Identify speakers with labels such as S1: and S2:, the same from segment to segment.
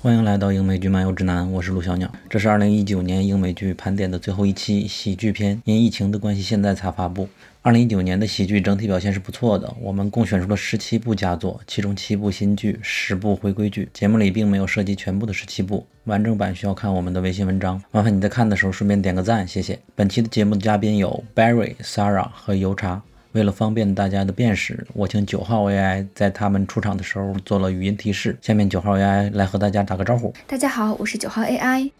S1: 欢迎来到英美剧漫游指南，我是陆小鸟。这是二零一九年英美剧盘点的最后一期喜剧篇，因疫情的关系，现在才发布。二零一九年的喜剧整体表现是不错的，我们共选出了十七部佳作，其中七部新剧，十部回归剧。节目里并没有涉及全部的十七部，完整版需要看我们的微信文章。麻烦你在看的时候顺便点个赞，谢谢。本期的节目的嘉宾有 Barry、Sarah 和油茶。为了方便大家的辨识，我请九号 AI 在他们出场的时候做了语音提示。下面九号 AI 来和大家打个招呼。
S2: 大家好，我是九号 AI。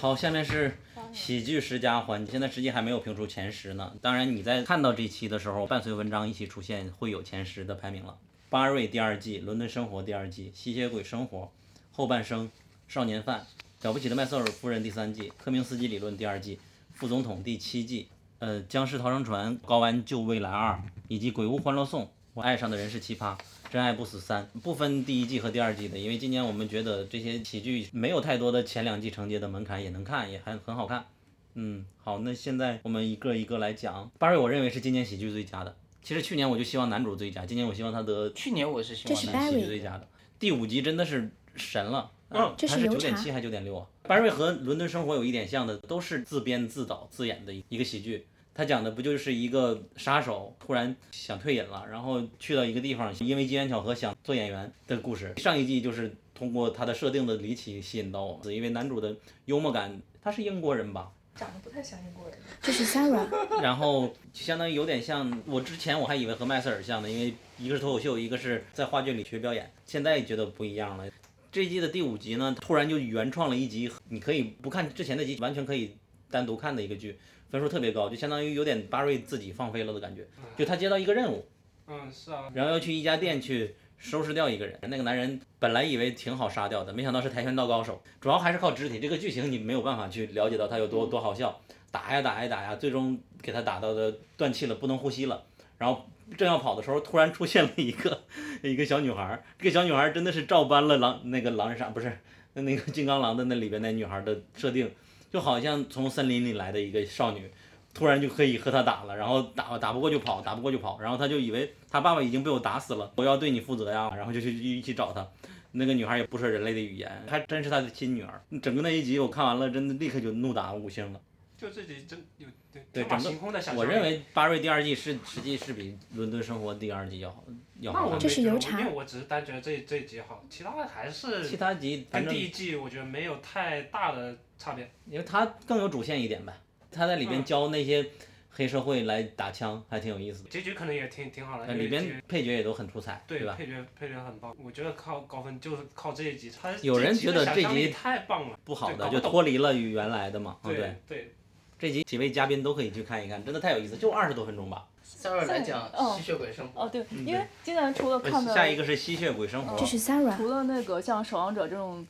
S1: 好，下面是喜剧十佳环节，现在实际还没有评出前十呢。当然，你在看到这期的时候，伴随文章一起出现，会有前十的排名了。巴瑞第二季，伦敦生活第二季，吸血鬼生活，后半生，少年犯，了不起的麦瑟尔夫人第三季，科明斯基理论第二季，副总统第七季，呃，僵尸逃生船，高安救未来二，以及鬼屋欢乐颂，我爱上的人是奇葩。真爱不死三不分第一季和第二季的，因为今年我们觉得这些喜剧没有太多的前两季承接的门槛，也能看，也还很好看。嗯，好，那现在我们一个一个来讲。巴瑞，我认为是今年喜剧最佳的。其实去年我就希望男主最佳，今年我希望他得
S3: 去年我是希
S2: 这
S3: 望
S2: 是
S3: 男
S2: Barry
S3: 性
S1: 喜剧最佳的。第五集真的是神了，
S3: 嗯
S2: 这
S1: 他
S2: 是
S1: 是
S2: 油
S1: 九点
S2: 茶
S1: 七还九点六啊。巴瑞和《伦敦生活》有一点像的，都是自编自导自演的一个喜剧。他讲的不就是一个杀手突然想退隐了，然后去到一个地方，因为机缘巧合想做演员的故事。上一季就是通过他的设定的离奇吸引到我们，因为男主的幽默感，他是英国人吧，
S4: 长得不太像英国人。
S2: 这是 Sarah，
S1: 然后就相当于有点像我之前我还以为和麦瑟尔像呢，因为一个是脱口秀，一个是在话剧里学表演，现在觉得不一样了。这一季的第五集呢，突然就原创了一集，你可以不看之前的集，完全可以单独看的一个剧，分数特别高，就相当于有点巴瑞自己放飞了的感觉。就他接到一个任务，
S3: 嗯，是啊，
S1: 然后要去一家店去收拾掉一个人。那个男人本来以为挺好杀掉的，没想到是跆拳道高手，主要还是靠肢体。这个剧情你没有办法去了解到他有
S3: 嗯
S1: 多多好笑，打呀打呀打呀，最终给他打到的断气了，不能呼吸了。然后正要跑的时候，突然出现了一个一个小女孩儿，这个小女孩儿真的是照搬了狼那个狼人杀不是那那个金刚狼的那里边那女孩儿的设定，就好像从森林里来的一个少女。突然就可以和他打了，然后打打不过就跑，打不过就跑，然后他就以为他爸爸已经被我打死了，我要对你负责呀，然后就去一起找他。那个女孩也不说人类的语言，还真是他的亲女儿。整个那一集我看完了，真的立刻就怒打五星了。
S3: 就自己真有对
S1: 对
S3: 天马
S1: 整个
S3: 行空的想象力。
S1: 我认为《巴瑞》第二季是实际是比《伦敦生活》第二季要好要
S3: 那
S1: 好
S3: 我
S1: 看
S2: 这。是油
S3: 油
S2: 茶
S3: 因为我只是单觉得这这一集好，其他的还
S1: 其
S3: 是
S1: 他集反
S3: 跟
S1: 正
S3: 第一季我觉得没有太大的差别。
S1: 因为他更有主线一点呗，他在里
S3: 嗯
S1: 边教那些黑社会来打枪，还挺有意思的。
S3: 结局可能也挺挺好的，
S1: 呃
S3: 因为
S1: 里
S3: 结局
S1: 边配角也都很出彩，
S3: 对
S1: 吧？
S3: 配角配角很棒，我觉得靠高分就是靠这一集，他
S1: 有人觉得这集
S3: 集的想象力太棒了，
S1: 不好
S3: 对
S1: 的
S3: 搞不
S1: 就
S3: 懂
S1: 脱离了与原来的嘛。嗯对
S3: 对对，
S1: 这集几位嘉宾都可以去看一看，真的太有意思，就二十多分钟吧。
S5: 三儿来讲
S6: 嗯
S5: 吸血鬼生活，
S6: 哦，对，因为今年除了看的，
S1: 呃下一个是《吸血鬼生活
S2: 这》，是 Sarah，
S6: 除了那个像《守望者》这种，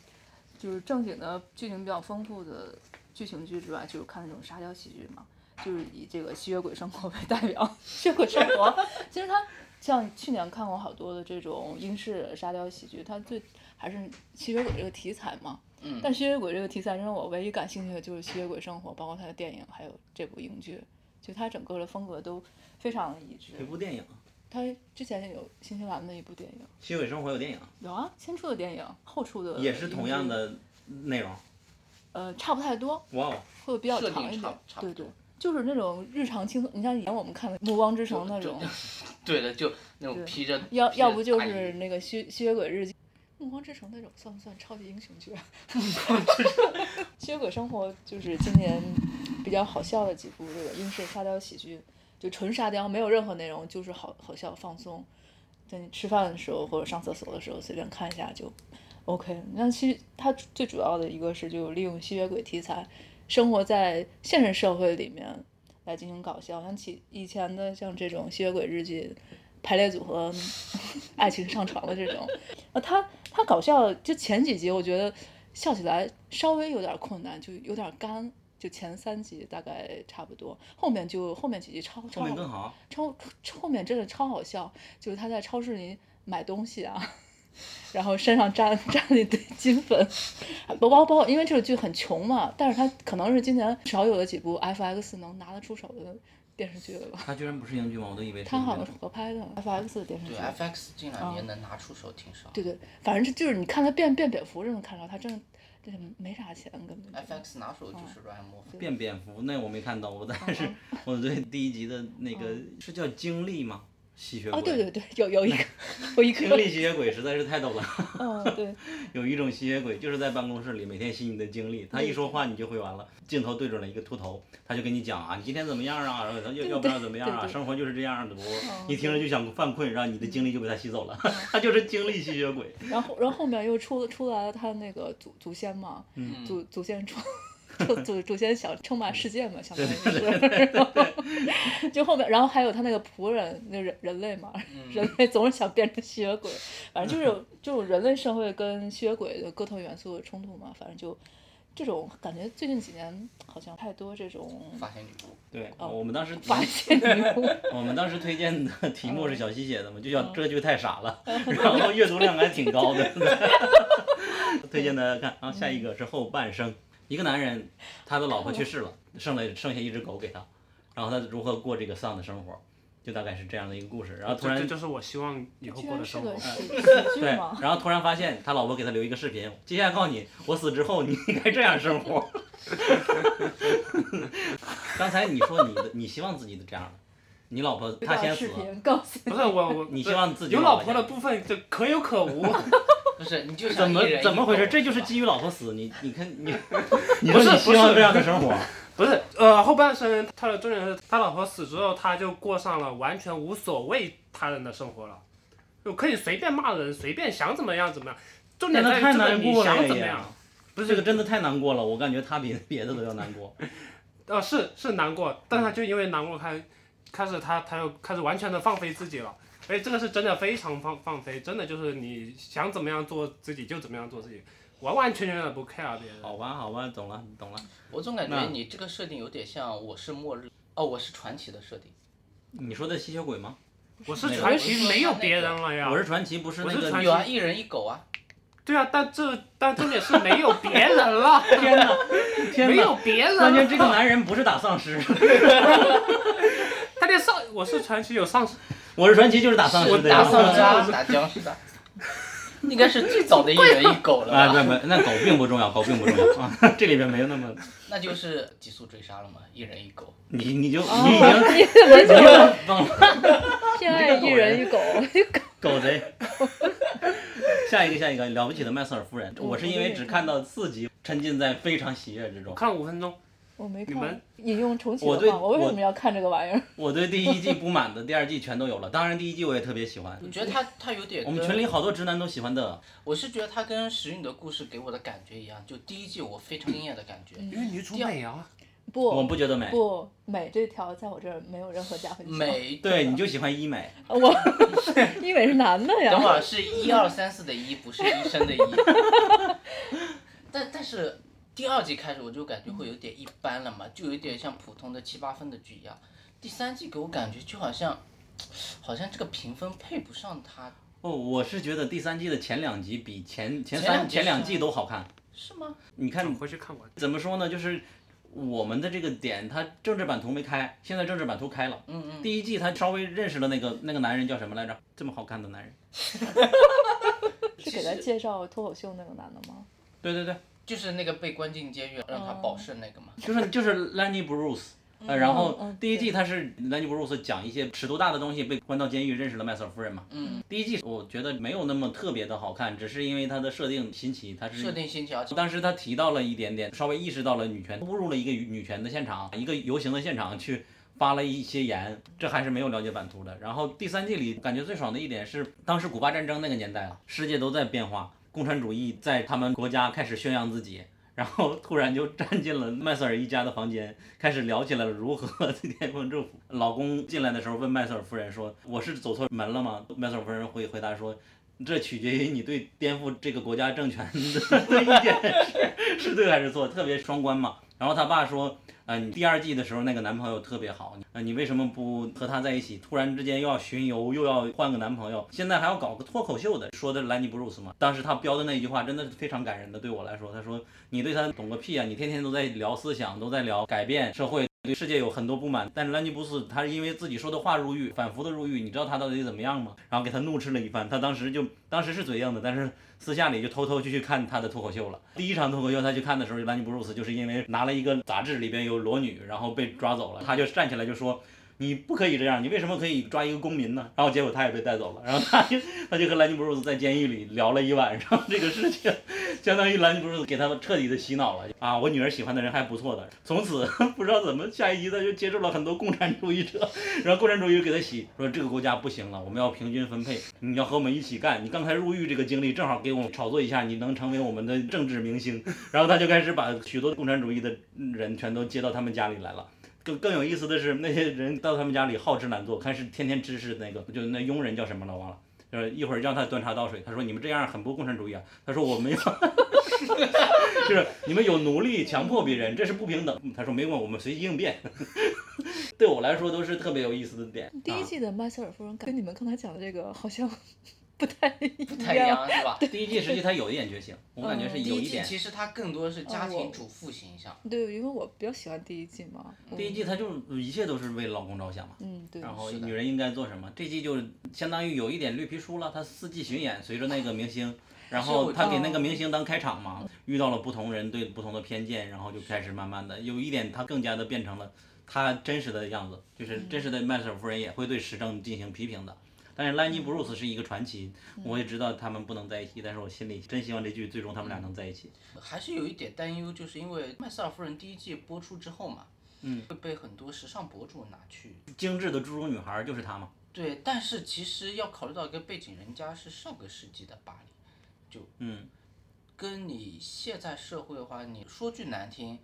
S6: 就是正经的剧情比较丰富的剧情剧之外，就是看那种沙雕喜剧嘛，就是以这个吸血鬼生活为代表。吸血鬼生活， 其实它像去年看过好多的这种英式沙雕喜剧，它最还是吸血鬼这个题材嘛。
S5: 嗯
S6: 但吸血鬼这个题材让我唯一感兴趣的就是吸血鬼生活，包括它的电影，还有这部英剧，就它整个的风格都非常一致。
S1: 一部电影，《
S6: 它之前有新西兰的一部电影。
S1: 吸血鬼生活》有电影，
S6: 有啊，先出的电影，后出的
S1: 也是同样
S6: 呃影剧，
S1: 的内容。
S6: 呃，差不太多，
S1: 哇哦，
S6: 会比较
S5: 设定
S6: 长一点
S5: 差不。差不
S6: 对
S5: 多
S6: 对，就是那种日常轻松。你像以前我们看的《暮光之城》那种，
S5: 对的，就那种
S6: 对
S5: 披着
S6: 要
S5: 披着
S6: 要不就
S5: 大
S6: 是
S5: 衣
S6: 那个吸吸血鬼日记，《暮光之城》那种算不算超级英雄剧啊？ 吸血鬼生活就是今年比较好笑的几部这个英式沙雕喜剧，就纯沙雕，没有任何内容，就是好好笑放松。在你吃饭的时候或者上厕所的时候随便看一下就 OK。那其实它最主要的一个是就利用吸血鬼题材，生活在现实社会里面来进行搞笑。像其以前的像这种吸血鬼日记。排列组合，爱情上床的这种，啊，他他搞笑，就前几集我觉得笑起来稍微有点困难，就有点干，就前三集大概差不多，后面就后面几集超超
S1: 后面更
S6: 好
S1: 好。
S6: 超后面真的超好笑，就是他在超市里买东西啊， 然后身上沾沾了一堆金粉，包包包，因为这个剧很穷嘛，但是他可能是今年少有的几部 FX 能拿得出手的电视剧了吧。
S1: 它居然不是英剧吗？我都以为是
S6: 他
S1: 英剧
S6: 好像
S1: 呢
S6: 是合拍的 FX 的电视剧
S5: 对，，FX 啊近两年能拿出手挺少。
S6: 嗯对对，反正就是你看他变变蝙蝠，真的看着他真的真的没啥钱，根本就。
S5: ，FX 拿手
S6: 嗯
S5: 就是软魔法。
S1: 变蝙蝠那我没看到，我但
S6: 哦
S1: 是 我对第一集的那个是叫经历吗？吸血鬼
S6: 哦，对对对，有有一个有一
S1: 经
S6: 个，
S1: 历吸血鬼实在是太逗了。
S6: 嗯，对，
S1: 有一种吸血鬼就是在办公室里每天吸你的精力，他一说话你就会完了。镜头对准了一个秃头，他就跟你讲啊，你今天怎么样啊？ 然后他要要不然怎么样啊？
S6: 对哦对
S1: 生活就是这样的不？你听着就想犯困，然后你的精力就被他吸走了。
S6: 哦
S1: 他就是精力吸血鬼，
S6: 然后然后后面又出出来了他那个祖祖先嘛，
S5: 嗯
S6: 祖祖先出。 祖祖祖先想称霸世界嘛，相当于是， 就后面，然后还有他那个仆人，那人人类嘛，人类总是想变成吸血鬼，反正就是这种人类社会跟吸血鬼的各种元素的冲突嘛，反正就这种感觉，最近几年好像太多这种
S5: 发现女 巫，
S1: 对，
S6: 哦
S1: 我们当时
S6: 发现女 巫，
S1: 我们当时推荐的题目是小西写的嘛，就叫这剧太傻了，然后阅读量还挺高的。 推荐大家看啊，下一个是后半生，一个男人他的老婆去世了，剩了剩下一只狗给他，然后他如何过这个丧的生活，就大概是这样的一个故事。然后突
S3: 这这
S1: 然
S3: 就是我希望以后
S6: 居
S3: 过
S6: 然
S3: 的
S6: 是
S3: 生活
S6: 个。喜喜剧
S1: 对
S6: 吗，？
S1: 然后突然发现他老婆给他留一个视频，接下来告诉你，我死之后你应该这样生活。刚才你说你的，你希望自己的这样的，你老婆她先死
S6: 视
S1: 了。
S6: 频告诉
S3: 不是我我
S1: 你希望自己
S3: 有
S1: 老婆
S3: 老婆
S1: 先
S3: 的部分就可有可无，
S5: 不是你就想
S1: 怎么
S5: 一人一
S1: 怎么回事？
S5: 狗
S1: 这就是基于老婆死，你你看你，你
S3: 不
S1: 说 你
S3: 是不
S1: 希望
S3: 是
S1: 这样的生活，
S3: 不是呃后半生他的重点是他老婆死之后，他就过上了完全无所谓他人的生活了，就可以随便骂人，随便想怎么样怎么样，重
S1: 那
S3: 点在
S1: 他太
S3: 于这个
S1: 难
S3: 你
S1: 过了
S3: 想怎么
S1: 也
S3: 样。。不
S1: 不
S3: 是
S1: 这个真的太难过了，我感觉他比别的都要难过。嗯
S3: 呃，是是难过，但他就因为难过开，开始他他又开始完全的放飞自己了，而且这个是真的非常放放飞，真的就是你想怎么样做自己就怎么样做自己，完完全全的不 care 别人。
S1: 好吧，好吧，懂了，懂了。
S5: 我总感
S1: 那
S5: 觉你这个设定有点像《我是末日》哦，《我是传奇》的设定。
S1: 你说的吸血鬼吗？
S3: 我是
S1: 那个
S3: 传奇，没有别人了呀
S1: 我。是传奇，不是那
S3: 啊我是
S1: 个
S3: 传奇
S5: 有啊，一人一狗啊。
S3: 对啊，但这但重点是没有别人 了，
S1: 天哪，天
S3: 没
S1: 哪！
S3: 有别人
S1: 关
S3: 了
S1: 键这个男人不是打丧尸，
S3: 他连上我是传奇有上
S1: 我是传奇就是打丧尸
S5: 我
S1: 的
S5: 打
S1: 呀。
S5: 丧尸，打僵尸的，应该是最早的一人一狗了
S1: 啊，
S5: 吧？
S1: 那没那狗并不重要，狗并不重要啊， 这里边没有那么
S5: 那就是极速追杀了嘛，一人一狗。
S1: 你你就
S6: 哦
S1: 你已经
S6: 你怎么就
S1: 忘了。
S6: 偏爱一人一狗？
S1: 狗贼。 下一个，下一个，了不起的麦瑟尔夫人。我是因为只看到四集，沉浸在非常喜悦之
S3: 我
S1: 中。
S3: 看了五分钟，
S6: 我没
S3: 你们
S6: 看，引用重启
S1: 我
S6: 的
S1: 对
S6: 话，我为
S1: 我
S6: 什么要看这个玩意儿？
S1: 我对第一季不满的，第二季全都有了。当然，第一季我也特别喜欢
S5: 我。觉得他他有点
S1: 我们
S5: 跟
S1: 群里好多直男都喜欢的。
S5: 我是觉得他跟《石韵的故事》给我的感觉一样，就第一季我非常惊艳的感觉，
S3: 因为女主美啊，
S1: 我
S6: 不
S1: 不觉得美，
S6: 不，美这条在我这儿没有任何加分项。
S5: 哎美。
S1: 哦对，你就喜欢医美。
S6: 我因为是男的
S5: 等会
S6: 呀。
S5: 儿是一二三四的一， 不是医生的医。但但是第二季开始我就感觉会有点一般了嘛，就有点像普通的七八分的剧一样。第三季给我感觉就好像，好像这个评分配不上它，
S1: 哦，我是觉得第三季的前两集比前前
S5: 前两
S1: 三
S5: 集
S1: 前两
S5: 是
S1: 季都好看。
S5: 是吗？
S1: 你看
S3: 回去看完。
S1: 怎么说呢？就是我们的这个点，它政治版图没开，现在政治版图开了。
S5: 嗯嗯。
S1: 第一季他稍微认识了那个那个男人叫什么来着？这么好看的男人。
S6: 是给他介绍脱口秀那个男的吗？
S1: 对对对。
S5: 就是那个被关进监狱让他保释那个嘛。
S1: 就是就是 Lenny Bruce。呃，然后
S6: 嗯
S1: 第一季他是 Lenny Bruce 讲一些尺度大的东西，被关到监狱，认识了麦瑟尔夫人嘛。
S5: 嗯，
S1: 第一季我觉得没有那么特别的好看，只是因为它的设定新奇，它
S5: 设
S1: 是。
S5: 定新奇，而且
S1: 当时他提到了一点点，稍微意识到了女权，误入了一个女权的现场，一个游行的现场去发了一些言，这还是没有了解版图的。然后第三季里感觉最爽的一点是，当时古巴战争那个年代啊，世界都在变化，共产主义在他们国家开始宣扬自己。然后突然就站进了麦瑟尔一家的房间，开始聊起来了如何 颠覆政府。老公进来的时候问麦瑟尔夫人说：“我是走错门了吗？”麦瑟尔夫人回回答说：“这取决于你对颠覆这个国家政权的的意见是是对还是错，特别双关嘛。”然后他爸说：“啊、你第二季的时候那个男朋友特别好，啊、你为什么不和他在一起？突然之间又要巡游，又要换个男朋友，现在还要搞个脱口秀的，说的是兰尼布鲁斯嘛。当时他标的那一句话真的是非常感人的，对我来说，他说你对他懂个屁啊，你天天都在聊思想，都在聊改变社会。”对世界有很多不满，但是兰尼布斯他是因为自己说的话入狱，反复的入狱，你知道他到底怎么样吗？然后给他怒斥了一番，他当时就当时是嘴硬的，但是私下里就偷偷就去看他的脱口秀了。第一场脱口秀他去看的时候，兰尼布鲁斯就是因为拿了一个杂志里边有裸女，然后被抓走了，他就站起来就说。你不可以这样，你为什么可以抓一个公民呢？然后结果他也被带走了，然后他就他就和兰尼布鲁斯在监狱里聊了一晚上这个事情，相当于兰尼布鲁斯给他们彻底的洗脑了啊！我女儿喜欢的人还不错的，从此 不知道怎么下一集他就接触了很多共产主义者，然后共产主义者给他洗说这个国家不行了，我们要平均分配，你要和我们一起干。你刚才入狱这个经历正好给我们炒作一下，你能成为我们的政治明星。然后他就开始把许多共产主义的人全都接到他们家里来了。更更有意思的是，那些人到他们家里好吃懒做，开始天天指使那个，就那佣人叫什么了忘了，就是一会儿让他端茶倒水，他说你们这样很不共产主义啊，他说我没有，就是你们有奴隶强迫别人，这是不平等。他说没用，我们随机应变。 对我来说都是特别有意思的点。
S4: 第一
S1: 啊
S4: 季的麦瑟尔夫人跟你们刚才讲的这个好像 不太一
S5: 不太一
S4: 样。
S5: 样是吧？
S1: 第一季实际它有一点觉醒，我感觉是
S4: 嗯
S5: 第
S1: 有
S5: 一
S1: 呃一
S5: 季
S1: 点。
S5: 其实它更多是家
S4: 哦
S5: 庭
S4: 我
S5: 主妇形象，
S4: 对，因为我比较喜欢第一季嘛。嗯
S1: 第一，季它就是一切都是为老公着想嘛，
S4: 嗯，对。
S1: 然后
S5: 是的
S1: 女人应该做什么？这季就相当于有一点绿皮书了，它四季巡演，随着那个明星，然后他给那个明星当开场嘛，遇到了不同人对不同的偏见，然后就开始慢慢的有一点，他更加的变成了他真实的样子，就是真实的麦瑟尔夫人也会对时政进行批评的。但是兰尼·布鲁斯是一个传奇，
S4: 嗯
S1: 我也知道他们不能在一起，但是我心里真希望这剧最终他们俩能在一起。
S4: 嗯
S5: 还是有一点担忧，就是因为《麦瑟尔夫人》第一季播出之后嘛，
S1: 嗯，
S5: 会被很多时尚博主拿去。
S1: 精致的猪猪女孩就是她嘛。
S5: 对，但是其实要考虑到一个背景，人家是上个世纪的巴黎，就
S1: 嗯，
S5: 跟你现在社会的话，你说句难听，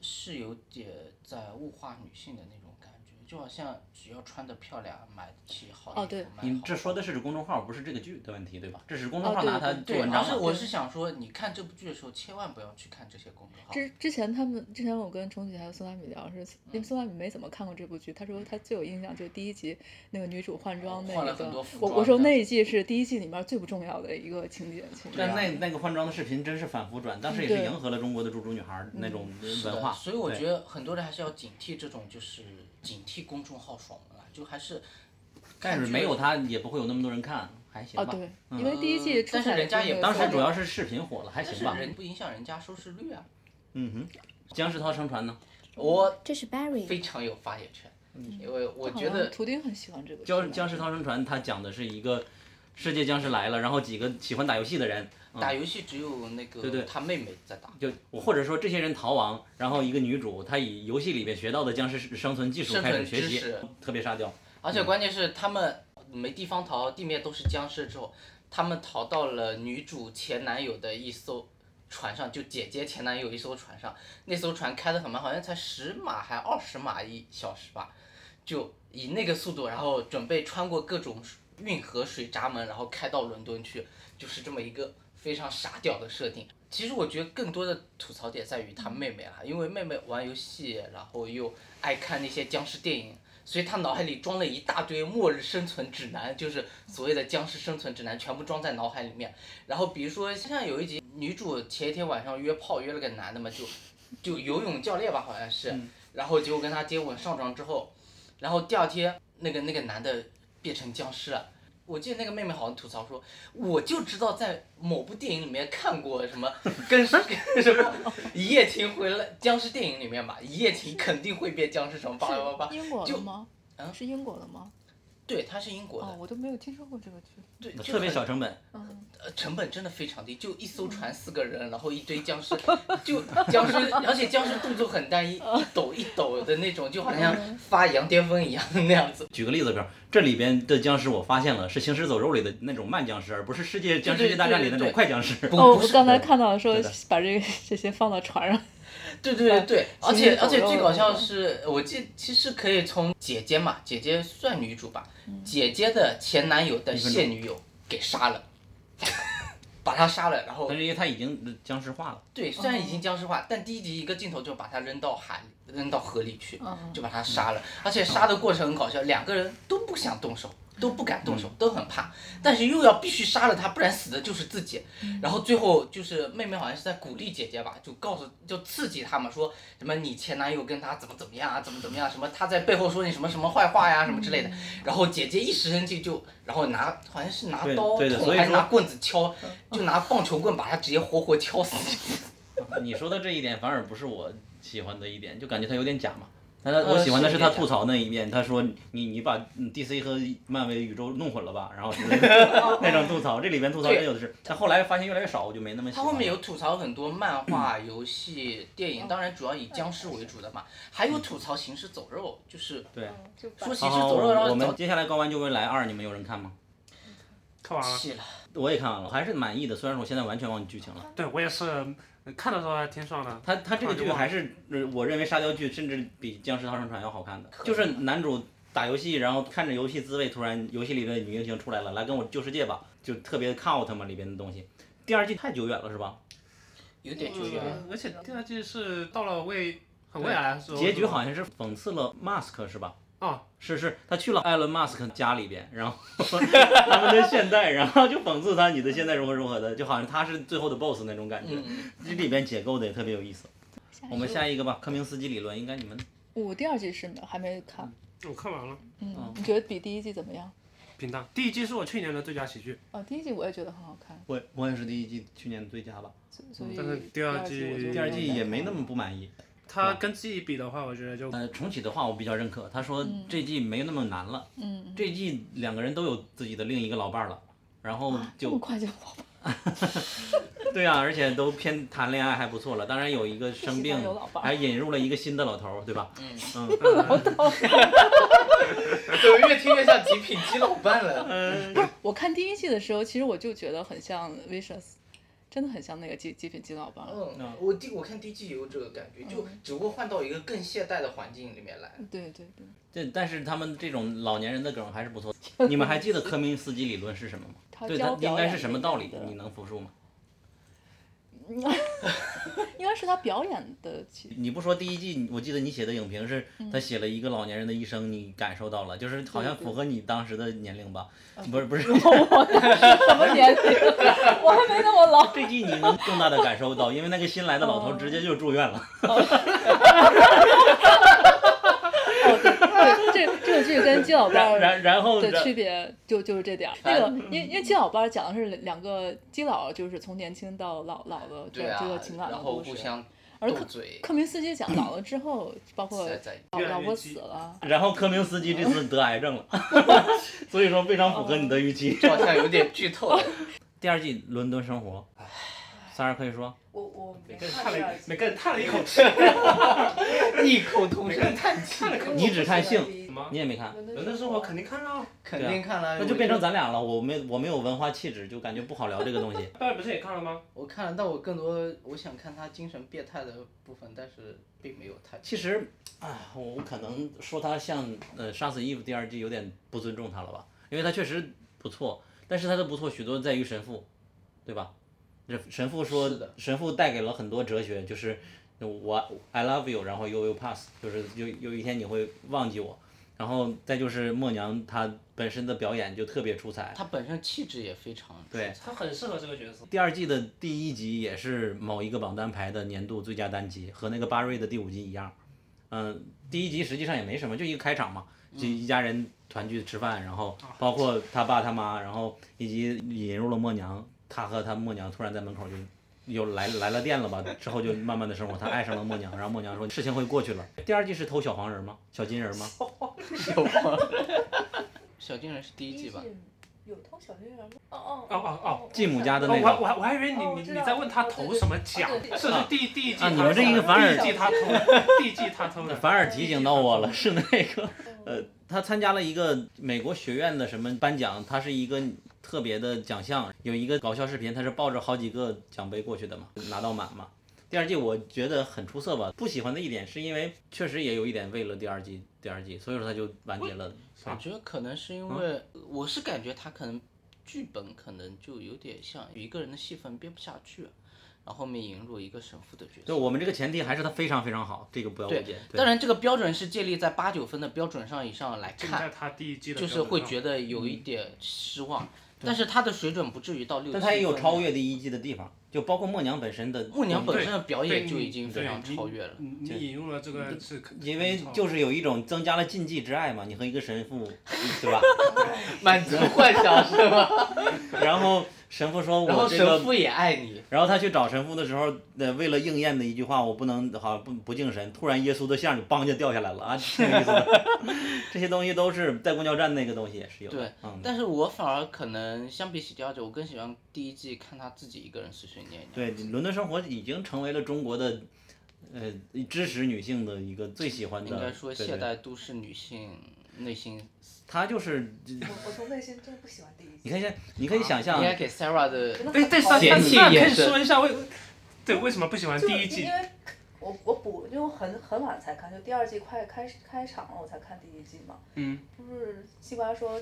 S5: 是有点在物化女性的那种感觉，就好像只要穿得漂亮，买得起好衣服，
S4: 哦对
S5: 买
S1: 你
S5: 好
S1: 这说的是指公众号，不是这个剧的问题，对吧？这是公众号
S4: 哦对
S1: 拿它
S4: 对
S1: 做
S5: 对，
S1: 文章
S5: 而
S1: 嘛
S5: 是我是想说，你看这部剧的时候，千万不要去看这些公众号。
S4: 之之前他们之前我跟重启还有宋大米聊是，因为宋大米没怎么看过这部剧，他说他最有印象就是第一集那个女主换装那
S5: 哦换了
S4: 一
S5: 很多
S4: 个
S5: 服，
S4: 我
S5: 装
S4: 我说
S5: 的
S4: 那一季是第一季里面最不重要的一个情节，其实
S5: 啊
S1: 但那那个换装的视频真是反复转，当时也是
S4: 对
S1: 迎合了中国的猪猪女孩儿那种
S5: 嗯是
S1: 文
S5: 的
S1: 化。
S5: 所以我
S1: 对
S5: 觉得很多人还是要警惕这种，就是警惕公众号爽文啊，就还是
S1: 但
S5: 看
S1: 是
S5: 剧
S1: 没有
S5: 的
S1: 它也不会有那么多人看，还行
S4: 哦
S1: 吧。
S4: 对，因为第一季
S5: 嗯
S4: 出
S5: 但是
S4: 彩的
S5: 人家
S4: 就
S5: 也
S4: 那个
S1: 当时
S4: 效
S1: 主
S4: 果
S1: 要是视频火了，还
S5: 但
S1: 行
S5: 是
S1: 吧。
S5: 人不影响人家收视率啊。
S1: 嗯哼，僵尸涛乘船呢？
S5: 我
S2: 这是
S5: 非
S1: 嗯
S2: Barry，
S5: 常有发言权，因为我
S4: 好
S5: 觉
S4: 像
S5: 得
S4: 嗯图钉很喜欢这个
S1: 僵
S4: 剧
S1: 僵尸逃生船，它讲的是一个世界僵尸来了，然后几个喜欢打游戏的人，
S5: 打游戏只有那
S1: 对对
S5: 个他妹妹在打，
S1: 就我或者说这些人逃亡，然后一个女主她以游戏里边学到的僵尸生存技术
S5: 生
S1: 开始
S5: 存
S1: 学
S5: 知
S1: 习
S5: 识，
S1: 特别沙雕。
S5: 而且关键是他们没地方逃，地面都是僵尸之后，他们逃到了女主前男友的一艘船上，就姐姐前男友一艘船上，那艘船开得很慢，好像才十码还二十码一小时吧，就以那个速度，然后准备穿过各种运河水闸门，然后开到伦敦去，就是这么一个非常傻屌的设定。其实我觉得更多的吐槽点在于她妹妹啦，因为妹妹玩游戏，然后又爱看那些僵尸电影，所以她脑海里装了一大堆末日生存指南，就是所谓的僵尸生存指南，全部装在脑海里面。然后比如说像有一集，女主前一天晚上约炮约了个男的嘛，就就游泳教练吧，好像是，然后结果跟他接吻上床之后，然后第二天那个那个男的变成僵尸了。我记得那个妹妹好像吐槽说，我就知道在某部电影里面看过什么跟 跟什么一夜情回来僵尸电影里面吧，一夜情肯定会变僵尸什么巴拉巴拉巴拉。
S4: 英国
S5: 就
S4: 的吗？是英国的吗？
S5: 对，它是英国的，
S4: 哦，我都没有听说过这个剧。
S5: 对，就
S1: 特别
S5: 很
S1: 小成本，
S5: 呃，成本真的非常低，就一
S4: 嗯
S5: 艘船四个人，然后一 堆僵尸，就僵尸，而且僵尸动作很单一，
S4: 哦
S5: 一抖一抖的那种，就
S4: 嗯
S5: 好像发羊癫疯一样的那样子。
S1: 举个例子，比如这里边的僵尸，我发现了是《行尸走肉》里的那种慢僵尸，而不是《世界僵尸世界大战》里的那种快僵尸。
S5: 不
S4: 哦，
S5: 不
S4: 我
S5: 是
S4: 刚才
S1: 的
S4: 看到说
S1: 对的
S4: 把这个 这些放到船上，
S5: 对对对对，而
S4: 行
S5: 且
S4: 尸
S5: 而且
S4: 走肉
S5: 最
S4: 的
S5: 搞
S4: 那
S5: 笑
S4: 种
S5: 是，我记其实可以从姐姐嘛，姐姐算女主吧，
S4: 嗯
S5: 姐姐的前男友的
S1: 分
S5: 现女友给杀了，把他杀了，然后
S1: 但是因为它已经僵尸化了，
S5: 对，虽然已经僵尸化，但第一集一个镜头就把他扔到海，扔到河里去，就把他杀了。而且杀的过程很搞笑，两个人都不想动手，都不敢
S1: 嗯
S5: 动手，都很怕，但是又要必须杀了他，不然死的就是自己。然后最后就是妹妹好像是在鼓励姐姐吧，就告诉就刺激他们说什么你前男友跟他怎么怎么样啊，怎么怎么样，什么他在背后说你什么什么坏话呀，什么之类的。然后姐姐一时生气就，然后拿好像是拿
S1: 对
S5: 刀
S1: 对的所
S5: 捅
S1: 以
S5: 还是拿
S1: 说
S5: 棍子敲，就拿棒球棍把他直接活活敲死。
S1: 你说的这一点反而不是我喜欢的一点，就感觉它有点假嘛。但他
S5: 呃
S1: 我喜欢的
S5: 是
S1: 是
S5: 有
S1: 他
S5: 点
S1: 吐槽那一面，他说你你把嗯 DC 和漫威宇宙弄混了吧， 然后是那种吐槽，这里边吐槽真有的是。但后来发现越来越少，我就没那么喜
S5: 他
S1: 欢。
S5: 后面有吐槽很多漫画、游戏、电影，当然主要以僵尸为主的嘛，还有吐槽《行尸走肉》，就是
S1: 对，
S4: 嗯
S6: 就把
S5: 说《行
S1: 好
S5: 尸
S1: 好，
S5: 走肉》，然
S1: 哦我
S5: 后
S1: 我们
S5: 早
S1: 接下来《高玩就会来二》，你们有人看吗？
S3: 看完了。
S5: 气了。
S1: 我也看完了，还是满意的，虽然说我现在完全忘记剧情了。
S3: 对我也是呃看的时候还挺爽的。
S1: 他他这个
S3: 啊就
S1: 剧
S3: 忘了
S1: 还是呃我认为沙雕剧甚至比《僵尸逃生船》要好看的，就是男主打游戏，然后看着游戏滋味，突然游戏里的女英雄出来了，来跟我救世界吧，就特别 cult 嘛里边的东西。第二季太久远了是吧？
S5: 有点久远。
S1: 啊
S3: 呃而且第二季是到了未很未来的时候，
S1: 结局好像是讽刺了 Mask 是吧？
S3: 哦，
S1: 是是，他去了埃隆·马斯克家里边，然后 他们的现代，然后就讽刺他你的现代如何如何的，就好像他是最后的 boss 那种感觉。
S5: 嗯，
S1: 这里边解构的也特别有意思。我们
S4: 一
S1: 下一个吧，科明斯基理论应该你们
S4: 我第二季是没有还没看，
S3: 我看完了。
S4: 嗯，你觉得比第一季怎么样？
S3: 平淡，第一季是我去年的最佳喜剧，
S4: 哦，第一季我也觉得很好看，
S1: 我我也是第一季去年最佳吧。
S4: 所所以
S3: 嗯但是第
S4: 第
S3: 二
S4: 季
S3: 季
S4: 我就
S1: 第
S6: 嗯
S1: 二季
S4: 再
S1: 也
S4: 看
S1: 没
S4: 了
S1: 那么不满意。
S3: 它跟这一比的话，我觉得就
S1: 呃，重启的话我比较认可，他说
S4: 嗯
S1: 这季没那么难了。嗯，这季两个人都有自己的另一个老伴儿了，然后
S4: 啊这么
S1: 就
S4: 快就好吧
S1: 对啊，而且都偏谈恋爱还不错了。当然有一个生病
S4: 不喜欢有老，伴儿嗯
S1: 还引入了一个新的老头儿，对吧？
S5: 怎么越听越像极品基老伴了？
S4: 我看第一季的时候，其实我就觉得很像 Vicious，真的很像那个极极品基老板。
S5: 嗯，我第我看第一季也有这个感觉，就只不过换到一个更现代的环境里面来。
S4: 对对对，
S1: 这但是他们这种老年人的梗还是不 错。你们还记得科明斯基理论是什么吗？
S4: 他
S1: 对，它
S4: 教
S1: 应
S4: 表
S1: 该
S4: 演
S1: 是什
S4: 那
S1: 么道
S4: 种
S1: 理
S4: 的？
S1: 你能复述吗？
S4: 应该是他表演的 其
S1: 你不说第一季，我记得你写的影评是他写了一个老年人的一生，你感受到了，就是好像
S4: 嗯对对啊
S1: 符合你当时的年龄吧？不是 不是，
S4: 什么年龄？ 我还没那么老。
S1: 这季你能更大的感受到，因为那个新来的老
S4: 哦
S1: 头直接就住院了。
S4: 对，这这个剧跟基老伴
S1: 然
S4: 儿
S1: 然然后
S4: 的
S1: 然
S4: 区别就就是这点儿。那个，因因为基老伴儿讲的是两个基佬，就是从年轻到老老的这
S5: 对
S4: 样
S5: 啊
S4: 这个情，感的
S5: 然后
S4: 故
S5: 互
S4: 事。
S5: 相
S4: 而
S5: 斗
S4: 克
S5: 嘴，
S4: 克明斯基讲老了之后，包括
S5: 在在
S4: 老
S3: 越来
S4: 老
S3: 越
S4: 婆
S3: 激
S4: 死 了，
S1: 然后科明斯基这次得 癌症了，所以说非常符合你的预
S4: 哦
S1: 期。
S5: 这好像有点剧透了。
S1: 第二季《伦敦生活》，三儿可以说，
S6: 我我没
S3: 每个人
S6: 看
S3: 叹
S6: 第
S3: 了
S6: 二
S3: 一
S6: 季，
S3: 每个人叹了一口 气，
S5: 异口同声叹气，
S3: 叹了一口
S1: 你只看性嗯
S3: 什么
S1: 你？也没看，
S3: 人的生活肯定看了，
S5: 肯定看
S4: 哎
S5: 了。
S1: 啊那就变成咱俩了。我没我没有文化气质，就感觉不好聊这个东西。
S3: 爸不是也看了吗？
S5: 我看了，但我更多我想看他精神变态的部分，但是并没有太。
S1: 其实，啊，我我可能说他像呃《杀死伊芙》第二季有点不尊重他了吧，因为他确实不错，但是他的不错许多在于神父，对吧？神神父说
S5: 是的，
S1: 神父带给了很多哲学，就是我 I love you，然后 you will pass，就是有有一天你会忘记我。然后再就是默娘她本身的表演就特别出彩，
S5: 他本身气质也非常
S1: 对
S3: 他很适合这个角色。
S1: 第二季的第一集也是某一个榜单排的年度最佳单集，和那个巴瑞的第五集一样。嗯、第一集实际上也没什么，就一个开场嘛，就一家人团聚吃饭，然后包括他爸他妈，然后以及引入了默娘，他和他默娘突然在门口就。又来来了电了吧？之后就慢慢的生活，他爱上了默娘，然后默娘说 事情会过去了。第二季是偷小黄人吗？小金人吗？
S5: 有吗？小金人是第一季吧？
S4: 有通小金人吗？哦哦
S3: 哦哦哦
S1: 继母家的那
S3: 哦，我
S1: 个
S3: 还我还我还以为你
S4: 哦
S3: 你
S4: 我知
S3: 你
S4: 道
S3: 在问他
S4: 哦对
S3: 投
S4: 对
S3: 什么奖
S4: 哦对，对
S3: 是是第第一季
S1: 啊
S3: 他
S1: 你们这一个反而
S3: 第一季他投 的，第一季他投的，
S1: 反而提醒到我了，是那个，呃，他参加了一个美国学院的什么颁奖，他是一个特别的奖项，有一个搞笑视频，他是抱着好几个奖杯过去的嘛，拿到满嘛。第二季我觉得很出色吧，不喜欢的一点是因为确实也有一点为了第二季第二季，所以说他就完结了。
S5: 我觉得可能是因
S1: 嗯
S5: 为我是感觉他可能剧本可能就有点像一个人的戏份编不下去，然后后面引入一个神父的角色。
S1: 对我们这个前提还是他非常非常好，这个不要误
S5: 对
S1: 解。对
S5: 当然，这个标准是建立在八九分的标准上以上来
S3: 现在
S5: 看，
S3: 他第一季的
S5: 就是会觉
S3: 得
S5: 得有一点失望，但是他的水准不至于到六。
S1: 嗯但他也有超越第一季的地方，就包括默娘本身的
S5: 默娘本
S3: 对
S5: 身的表演就已经非常
S3: 对你
S5: 超越了。
S1: 嗯
S3: 你你引入了这个是可，
S1: 因为就是有一种增加了禁忌之爱嘛，你和一个神父，对 吧？嗯
S5: 满足幻想是 吗？
S1: 然后神父说
S5: 然后
S1: 我这
S5: 神
S1: 个，
S5: 父也爱你，
S1: 然后他去找神父的时候，呃，为了应验的一句话，我不能好不不敬神，突然耶稣的像就梆就掉下来了啊， 挺有意思的。这些东西都是在公交站那个东西也是有的。
S5: 对
S1: 嗯，
S5: 但是我反而可能相比起第二季，我更喜欢第一季看他自己一个人碎碎念念。
S1: 对，伦敦生活已经成为了中国的，呃，支持女性的一个最喜欢的。
S5: 应该说
S1: 对
S5: 现
S1: 对
S5: 代都市女性内心，
S1: 他就是，
S4: 我我从内心真不喜欢第一季
S1: 你 看现，你可以想象
S5: 应，该给 Sarah 的
S3: 哎，对，三
S5: 嫌
S3: 三
S5: 弃
S3: 三可
S5: 眼
S3: 以
S5: 神
S3: 说一下为，对为什么不喜欢
S4: 就
S3: 第一季
S4: 因？为我我补，因为我很很晚才看，就第二季快开始开场了，我才看第一季嘛。
S3: 嗯，
S4: 不是西瓜说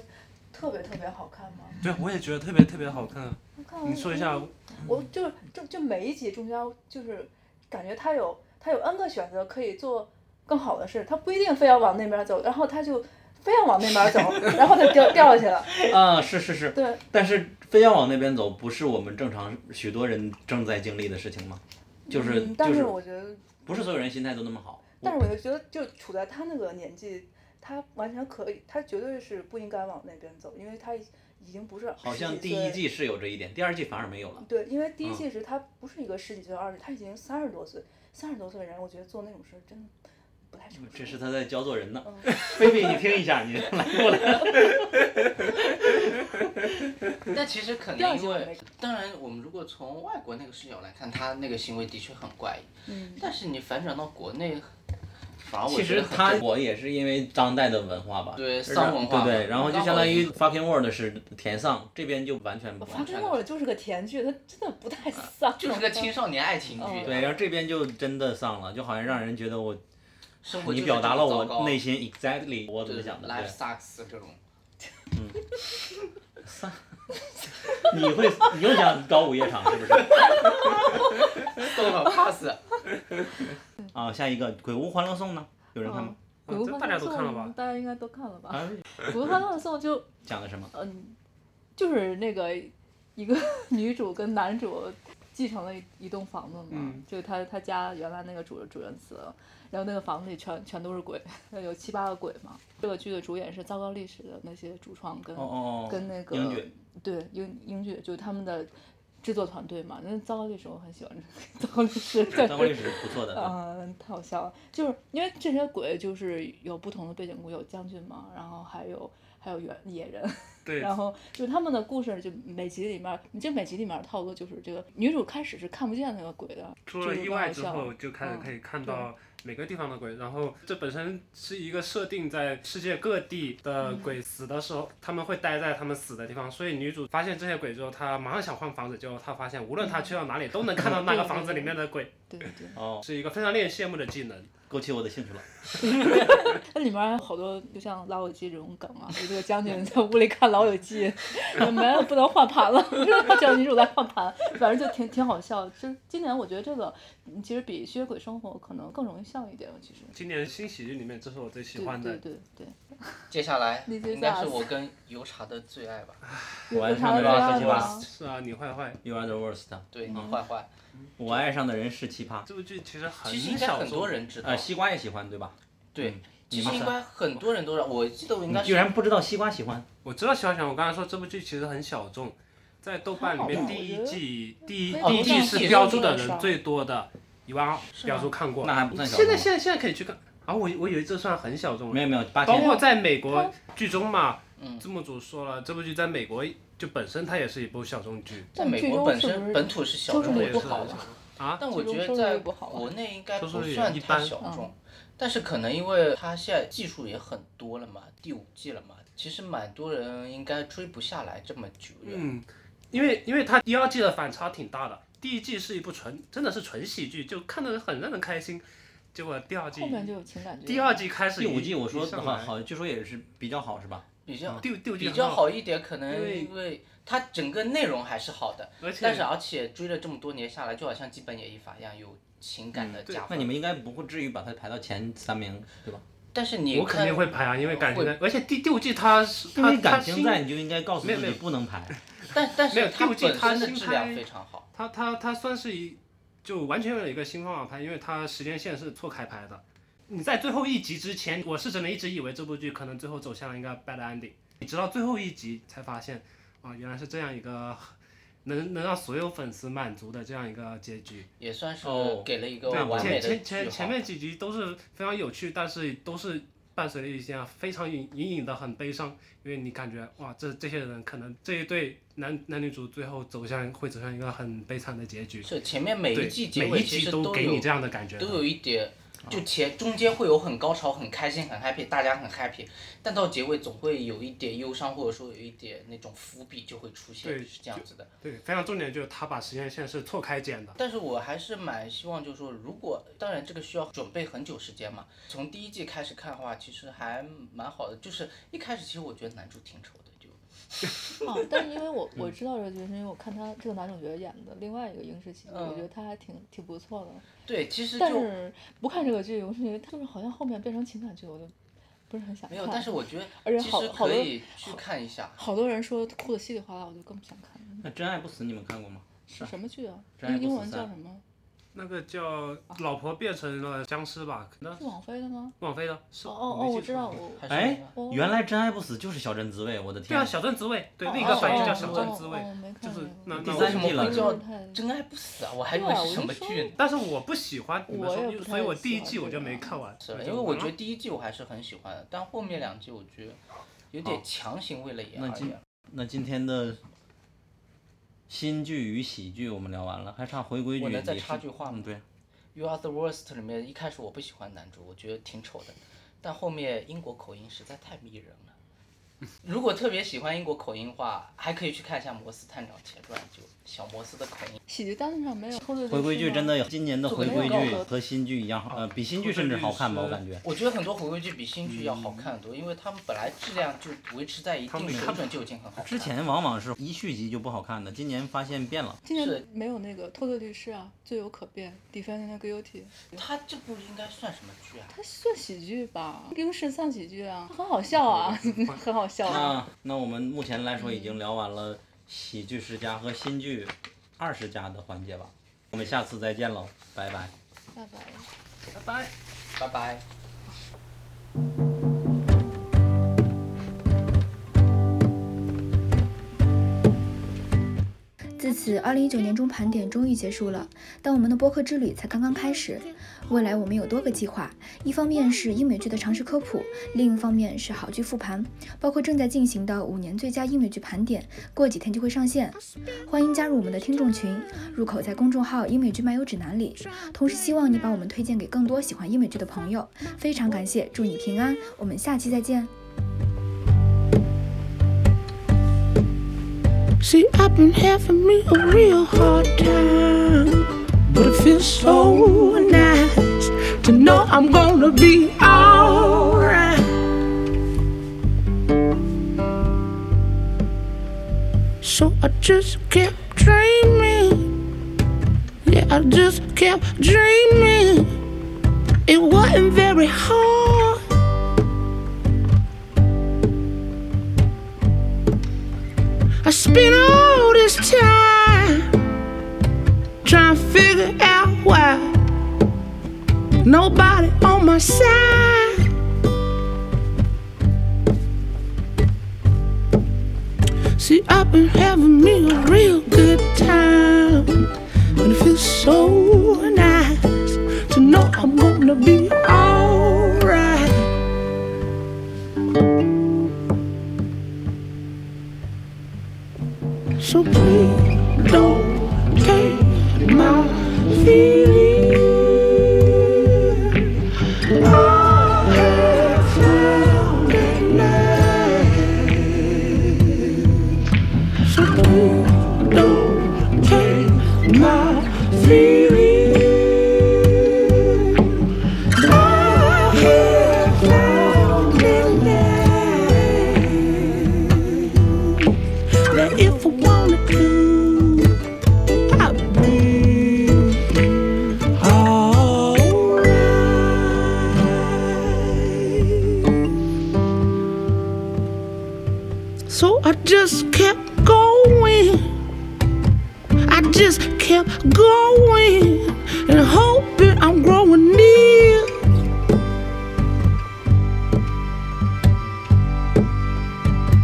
S4: 特别特别好看吗？
S3: 对，我也觉得特别特别好看。啊
S4: 我看完
S3: 你说一下，
S4: 我就是就就每一集中间就是感觉他有他有 N 个选择可以做更好的事，他不一定非要往那边走，然后他就非要往那边走，然后他掉掉下去了。
S1: 啊，是是是，
S4: 对，
S1: 但是非要往那边走，不是我们正常许多人正在经历的事情吗？就是、
S4: 嗯但
S1: 就是是，
S4: 我觉得，
S1: 不是所有人心态都那么好。
S4: 但是我就觉得，就处在他那个年纪，他完全可以，他绝对是不应该往那边走，因为他已已经不是
S1: 好
S4: 十
S1: 像
S4: 几
S1: 第一
S4: 岁
S1: 季是有这一点，第二季反而没有了。
S4: 对，因为第一
S1: 嗯
S4: 季时他不是一个十几岁、二十，他已经三十多岁，三十多岁的人，我觉得做那种事儿真的不太成熟。
S1: 这是他在教做人呢
S4: 嗯。
S1: 菲菲，你听一下，你来过来。
S5: 但其实可
S4: 第二
S5: 能
S4: 季
S5: 因
S4: 我
S5: 为
S4: 没，
S5: 当然我们如果从外国那个视角来看，他那个行为的确很怪异。嗯。但是你反转到国内，反而我
S1: 其
S5: 觉
S1: 实
S5: 得很
S1: 他我也是因为当代的文化吧，
S5: 对
S1: 然
S5: 丧文化
S1: 对
S5: 嘛
S1: 对，然后就
S5: 刚好
S1: 相当于
S5: 一个
S1: fucking word 是填丧，这边就完
S6: 哦
S1: 全不。
S4: 发给我的就是个甜剧，它真的不太丧。
S5: 就是个青少年爱情
S4: 哦
S5: 剧。
S1: 对，然后这边就真的丧了，就好像让人觉得我
S5: 生活
S1: 你
S5: 就是
S1: 表达了
S5: 这么糟
S1: 我
S5: 糕
S1: 内心 exactly 我怎
S5: 对
S1: 么想的。
S5: life
S1: 对
S5: sucks 这种。
S1: 你会你又想搞午夜场是不是？
S5: 够了 pass。
S1: 啊，下一个《鬼屋欢乐颂》呢？有人看吗？
S6: 鬼屋
S3: 这
S6: 欢
S3: 大家
S6: 乐
S3: 都
S6: 颂
S3: 看了吧
S6: 大家应该都看了吧？
S1: 啊，
S6: 鬼屋欢乐颂就
S1: 讲的什么？
S6: 嗯，就是那个一个 女主跟男主继承了一一栋房子嘛，
S3: 嗯
S6: 就他他家原来那个主主人死了，然后那个房子里全全都是鬼，有七八个鬼嘛。这个剧的主演是糟糕历史的那些主创跟、
S1: 哦哦哦，
S6: 跟那个
S1: 英 剧。
S6: 对英英剧，就是他们的制作团队嘛。那糟糕历史我很喜欢， 糟糕历 史对
S1: 张国立是不错的。对
S6: 嗯，太好笑了，就是因为这些鬼就是有不同的背景故，有将军嘛，然后还有还有原野人，
S3: 对，
S6: 然后就是他们的故事，就每集里面儿，就每集里面儿的套路就是这个女主开始是看不见那个鬼的，
S3: 出了
S6: 这个
S3: 意
S6: 更
S3: 外
S6: 好
S3: 之
S6: 笑
S3: 后，就开始
S6: 嗯
S3: 可以看到每个地方的鬼。然后这本身是一个设定在世界各地的
S6: 嗯
S3: 鬼死的时候，他们会待在他们死的地方。所以女主发现这些鬼之后，她马上想换房子，结果她发现无论她去到哪里都能看到那个房子里面的鬼，
S6: 嗯对对对，
S1: 哦，
S3: 是一个非常令人羡慕的技能。
S1: 勾起我的兴 趣了。
S6: 它里面儿好多就像《老友记》这种梗啊，就这个将军在屋里看《老友记》， 没了不能换盘了， 叫女主在换盘，反正就挺挺好笑。就是今年我觉得这个嗯其实比《吸血鬼生活》可能更容易笑一点，其实。
S3: 今年新喜剧里面，这是我最喜
S6: 对
S3: 欢
S6: 对
S3: 的。
S6: 对对，
S5: 接 下来
S6: This is
S5: 应该是我跟油茶的最爱吧？
S1: 我爱
S6: 有
S1: 上的
S6: 啥这
S1: 人
S6: 样
S1: 是
S6: 的
S1: 奇葩
S6: 吗？
S3: 是啊，你坏坏，
S1: You are the worst。
S5: 对你坏坏，
S1: 我爱上的人是奇葩。
S3: 这部剧其实很
S5: 其实应该
S3: 小
S5: 很多
S3: 众
S5: 人知道
S1: 呃，。西瓜也喜欢对吧？
S5: 对
S1: 嗯，
S5: 其
S1: 你
S5: 实
S1: 们
S5: 应
S1: 仨
S5: 该很多人都知道。我记得我应
S1: 你
S5: 该
S1: 居
S5: 是
S1: 然不知道西瓜喜欢？
S3: 我知道小小，我刚才说这部剧其实很小众，在豆瓣里
S4: 还
S3: 面
S4: 好吧
S3: 第一
S4: 我觉得
S3: 季第一
S4: 非常
S3: 第一季
S5: 少
S3: 是
S5: 见
S3: 标注的
S4: 非常
S3: 人
S4: 少
S3: 最多的，一万二标注看过。
S1: 那还不算小
S3: 现在
S1: 众
S3: 现在现在可以去看啊！我以我以为这算很小众
S1: 没
S3: 了，
S1: 有没有八
S3: 包
S1: 千
S3: 括在美国剧中嘛，
S5: 嗯
S3: 字幕组说了，这部剧在美国就本身它也是一部小众剧，
S1: 嗯
S5: 在美国本身本土是小
S6: 收视
S5: 众
S6: 率
S5: 也
S6: 不
S5: 是
S6: 好
S5: 好
S6: 了
S5: 的，
S3: 啊，
S5: 但我
S6: 这种
S5: 觉
S6: 收
S5: 得
S6: 视
S5: 在
S6: 率不好吧
S5: 国内应该
S3: 收视
S5: 不
S3: 率
S5: 算
S3: 一
S5: 太
S3: 般
S5: 小
S6: 嗯
S5: 众，但是可能因为它现在技术也很多了嘛，第五季了嘛，其实蛮多人应该追不下来这么久的。
S3: 嗯，因为因为它一二季的反差挺大的，第一季是一部纯真的是纯喜剧，就看得很让人开心，结果第二季
S6: 后面就有情感剧了。
S3: 第二季开始
S1: 第五
S3: 一
S1: 季我
S3: 一
S1: 说
S3: 上
S1: 好
S3: 来
S1: 好，据说也是比较好是吧？
S5: 比较
S3: 第第五季
S5: 比
S3: 很
S5: 较好一点，可能
S3: 因为
S5: 因为它整个内容还是好的，
S3: 而且
S5: 但是而且追了这么多年下来，就好像基本演绎法一样，有情感
S3: 嗯
S5: 的加
S1: 那
S5: 分。
S1: 你们应该不会至于把它排到前三名对吧？
S5: 但是你
S3: 我肯定
S5: 看
S3: 会排啊，因为感情
S5: 会
S3: 在，而且第第五季它是
S1: 因
S3: 它
S1: 为
S3: 它
S1: 感情
S3: 新
S1: 在，你就应该告诉
S3: 没有
S1: 自
S3: 没
S1: 己
S3: 有
S1: 不能排。
S5: 但但
S3: 没有
S5: 是它
S3: 第五
S5: 本
S3: 季它
S5: 身的
S3: 新
S5: 质量
S3: 拍
S5: 非常好，
S3: 它它它算是一就完全有一个新方法拍，因为它时间线是错开拍的。你在最后一集之前，我是真的一直以为这部剧可能最后走向一个 bad ending，你直到最后一集才发现，啊、原来是这样一个能能让所有粉丝满足的这样一个结局。
S5: 也算是
S1: 哦
S5: 给了一个
S3: 对，
S5: 完美
S3: 前前
S5: 的句
S3: 前
S5: 号。
S3: 前面几集都是非常有趣，但是都是伴随着一些啊非常隐隐隐的很悲伤，因为你感觉哇，这这些人可能这一对男男女主最后走向会走向一个很悲惨的结局。
S5: 是前面每
S3: 对
S5: 一季，结
S3: 每
S5: 尾
S3: 一
S5: 其
S3: 集
S5: 实都有
S3: 给你这样的感觉的。啊
S5: 都有一点，就前中间会有很高潮、很开心、很 happy，大家很 happy，但到结尾总会有一点忧伤，或者说有一点那种伏笔就会出现，
S3: 对
S5: 是这样子的。
S3: 对，非常重点就是他把时间线是错开剪的。
S5: 但是我还是蛮希望，就是说，如果当然这个需要准备很久时间嘛，从第一季开始看的话，其实还蛮好的。就是一开始其实我觉得男主挺丑的，就
S6: 哦，但是因为我我知道这个角色，是因为我看他这个男主角演的另外一个英式喜剧，我觉得他还挺挺不错的。
S5: 对，其实
S6: 但
S5: 就是
S6: 不看这个剧，我是觉得他就是好像后面变成情感剧，我就不是很想
S5: 没
S6: 看。
S5: 有。但是我觉得
S6: 而且
S5: 其
S6: 好
S5: 实
S6: 好
S5: 可
S6: 多
S5: 以去看一下。
S6: 好多人说哭的稀里哗啦，我就更不想看了。
S1: 那《真爱不死》你们看过吗？
S6: 是
S3: 哎
S6: 什么剧啊？
S1: 真爱
S6: 英
S1: 不
S6: 英
S1: 死
S6: 文
S1: 三
S6: 叫什么？
S3: 那个叫老婆变成了僵尸吧？那
S6: 是网飞的吗？
S3: 网飞的，是
S6: 哦哦哦，我知道，。
S3: 没记
S6: 我
S5: 还是
S1: 哎
S5: 那个，
S6: 哦
S1: 原来《真爱不死》就是小镇滋味，我的
S3: 错对啊，
S1: 天！
S3: 小镇滋味，对，
S6: 哦
S3: 另一个反应叫
S6: 哦
S3: 小
S6: 哦
S3: 镇滋味。
S6: 哦没看
S3: 就是
S6: 过
S3: 那
S1: 第
S3: 那
S1: 三
S3: 我
S1: 季了
S5: 为什么会
S6: 就是太
S5: 叫真爱不死啊？我还以为
S6: 对啊我
S5: 是什
S6: 就
S5: 么
S6: 说
S5: 剧呢。
S3: 但是我不喜欢你们
S6: 我
S3: 说
S6: 也，不太
S3: 所以我
S6: 喜
S3: 第一
S6: 欢
S3: 季
S6: 这
S3: 我就
S6: 个啊
S3: 没看完。
S5: 是
S3: 对
S5: 因为我觉得
S3: 就
S5: 第一季我还是很喜欢的，但后面两季我觉得有点强行为了演
S1: 哦那
S5: 而
S1: 今
S5: 演。
S1: 那今天的新剧与喜剧我们聊完了，还差回归剧。
S5: 我能再
S1: 也是
S5: 插句话吗
S1: 嗯，对，
S5: You Are the Worst 里面一开始我不喜欢男主，我觉得挺丑的，但后面英国口音实在太迷人了。如果特别喜欢英国口音的话，还可以去看一下《摩斯探长前传》，就小摩斯的口音。
S6: 喜剧单子上没有脱罪律
S1: 回归
S6: 师
S1: 剧
S6: 吗
S1: 真的今年的
S5: 做
S1: 回
S5: 个
S1: 归
S5: 广
S1: 剧
S5: 告
S1: 和新剧一样好，呃，比新剧甚至好看吧，我感觉。
S5: 我觉得很多回归剧比新剧要好看得多，因为他们本来质量就维持在一
S3: 他们
S5: 定水
S3: 看
S5: 准就已经很好看了。
S1: 之前往往是一续集就不好看的，今年发现变了。
S6: 今年
S5: 是
S6: 没有那个脱罪律师啊，罪有可辩，Defending the Guilty。
S5: 他这部应该算什么剧啊？
S6: 它算喜剧吧，英式丧喜剧啊，很好笑啊， 很好笑啊。
S1: 那那我们目前来说已经聊完了喜剧十佳和新剧二十佳的环节吧，我们下次再见喽，拜拜。
S6: 拜拜。
S3: 拜拜。
S5: 拜拜。
S2: 自此，二零一九年中盘点终于结束了，但我们的播客之旅才刚刚开始。未来我们有多个计划，一方面是英美剧的常识科普，另一方面是好剧复盘，包括正在进行的五年最佳英美剧盘点，过几天就会上线。欢迎加入我们的听众群，入口在公众号“英美剧漫游指南”里。同时，希望你把我们推荐给更多喜欢英美剧的朋友。非常感谢，祝你平安，我们下期再见。
S7: See, I've been having me a real hard time. But it feels so nice to know I'm gonna be alright. So I just kept dreaming. Yeah, I just kept dreaming. It wasn't very hard. I spent all this time trying to figure out why nobody on my side. See, I've been having me a real good time, and it feels so nice to know I'm gonna be alright. just kept going. I just kept going and hoping I'm growing near.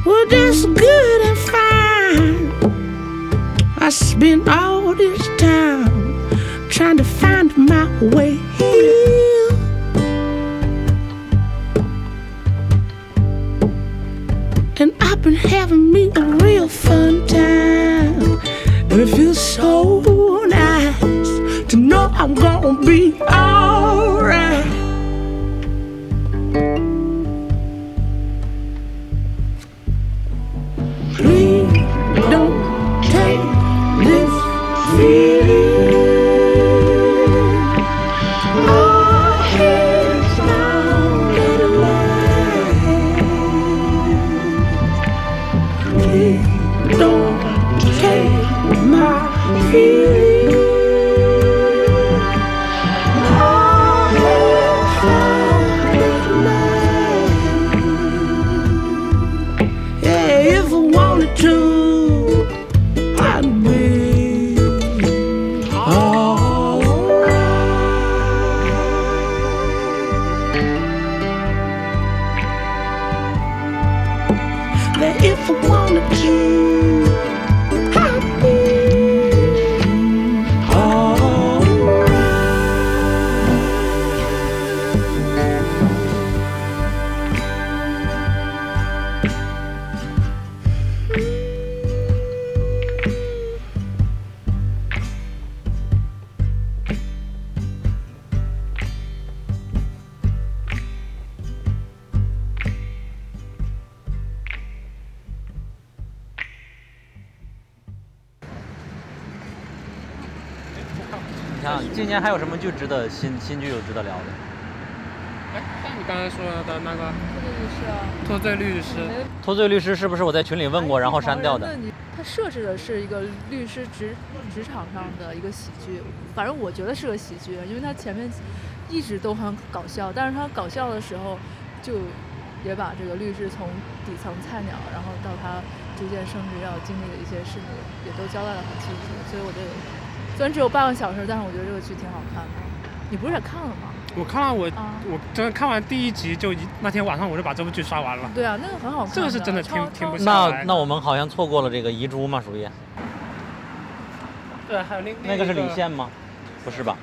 S7: Well, that's good and fine. I spent all this time trying to find my way here. And I've been having me a real fun time. And it feels so nice to know I'm gonna be alright. Please don't take this feeling. Our heads down and alive. Please don't take my feeling. Our heads down and alive. Yeah, if I wanted to, I'd be alright. That if I wanted to, I'd be alright.
S1: 你看啊今年还有什么剧值得新新剧有值得聊的？
S3: 哎，那你刚才说的那个
S6: 是啊，
S3: 脱罪律师，
S1: 脱罪律师是不是我在群里问过，然后删掉的？。
S6: 哎它设置的是一个律师职职场上的一个喜剧，反正我觉得是个喜剧，因为它前面一直都很搞笑，但是它搞笑的时候就也把这个律师从底层菜鸟，然后到他逐渐升职要经历的一些事情也都交代的很清楚，所以我觉得虽然只有半个小时，但是我觉得这个剧挺好看的。你不是也看了吗？
S3: 我看完我
S6: 啊，
S3: 我真的看完第一集就一那天晚上我就把这部剧刷完了。
S6: 对啊，那个很好看。
S3: 这个是真的
S6: 超
S3: 听听不
S6: 超
S3: 下
S1: 那
S3: 来
S1: 那我们好像错过了这个遗珠嘛，属于
S3: 对，还有另
S1: 那个是李现吗？不是吧？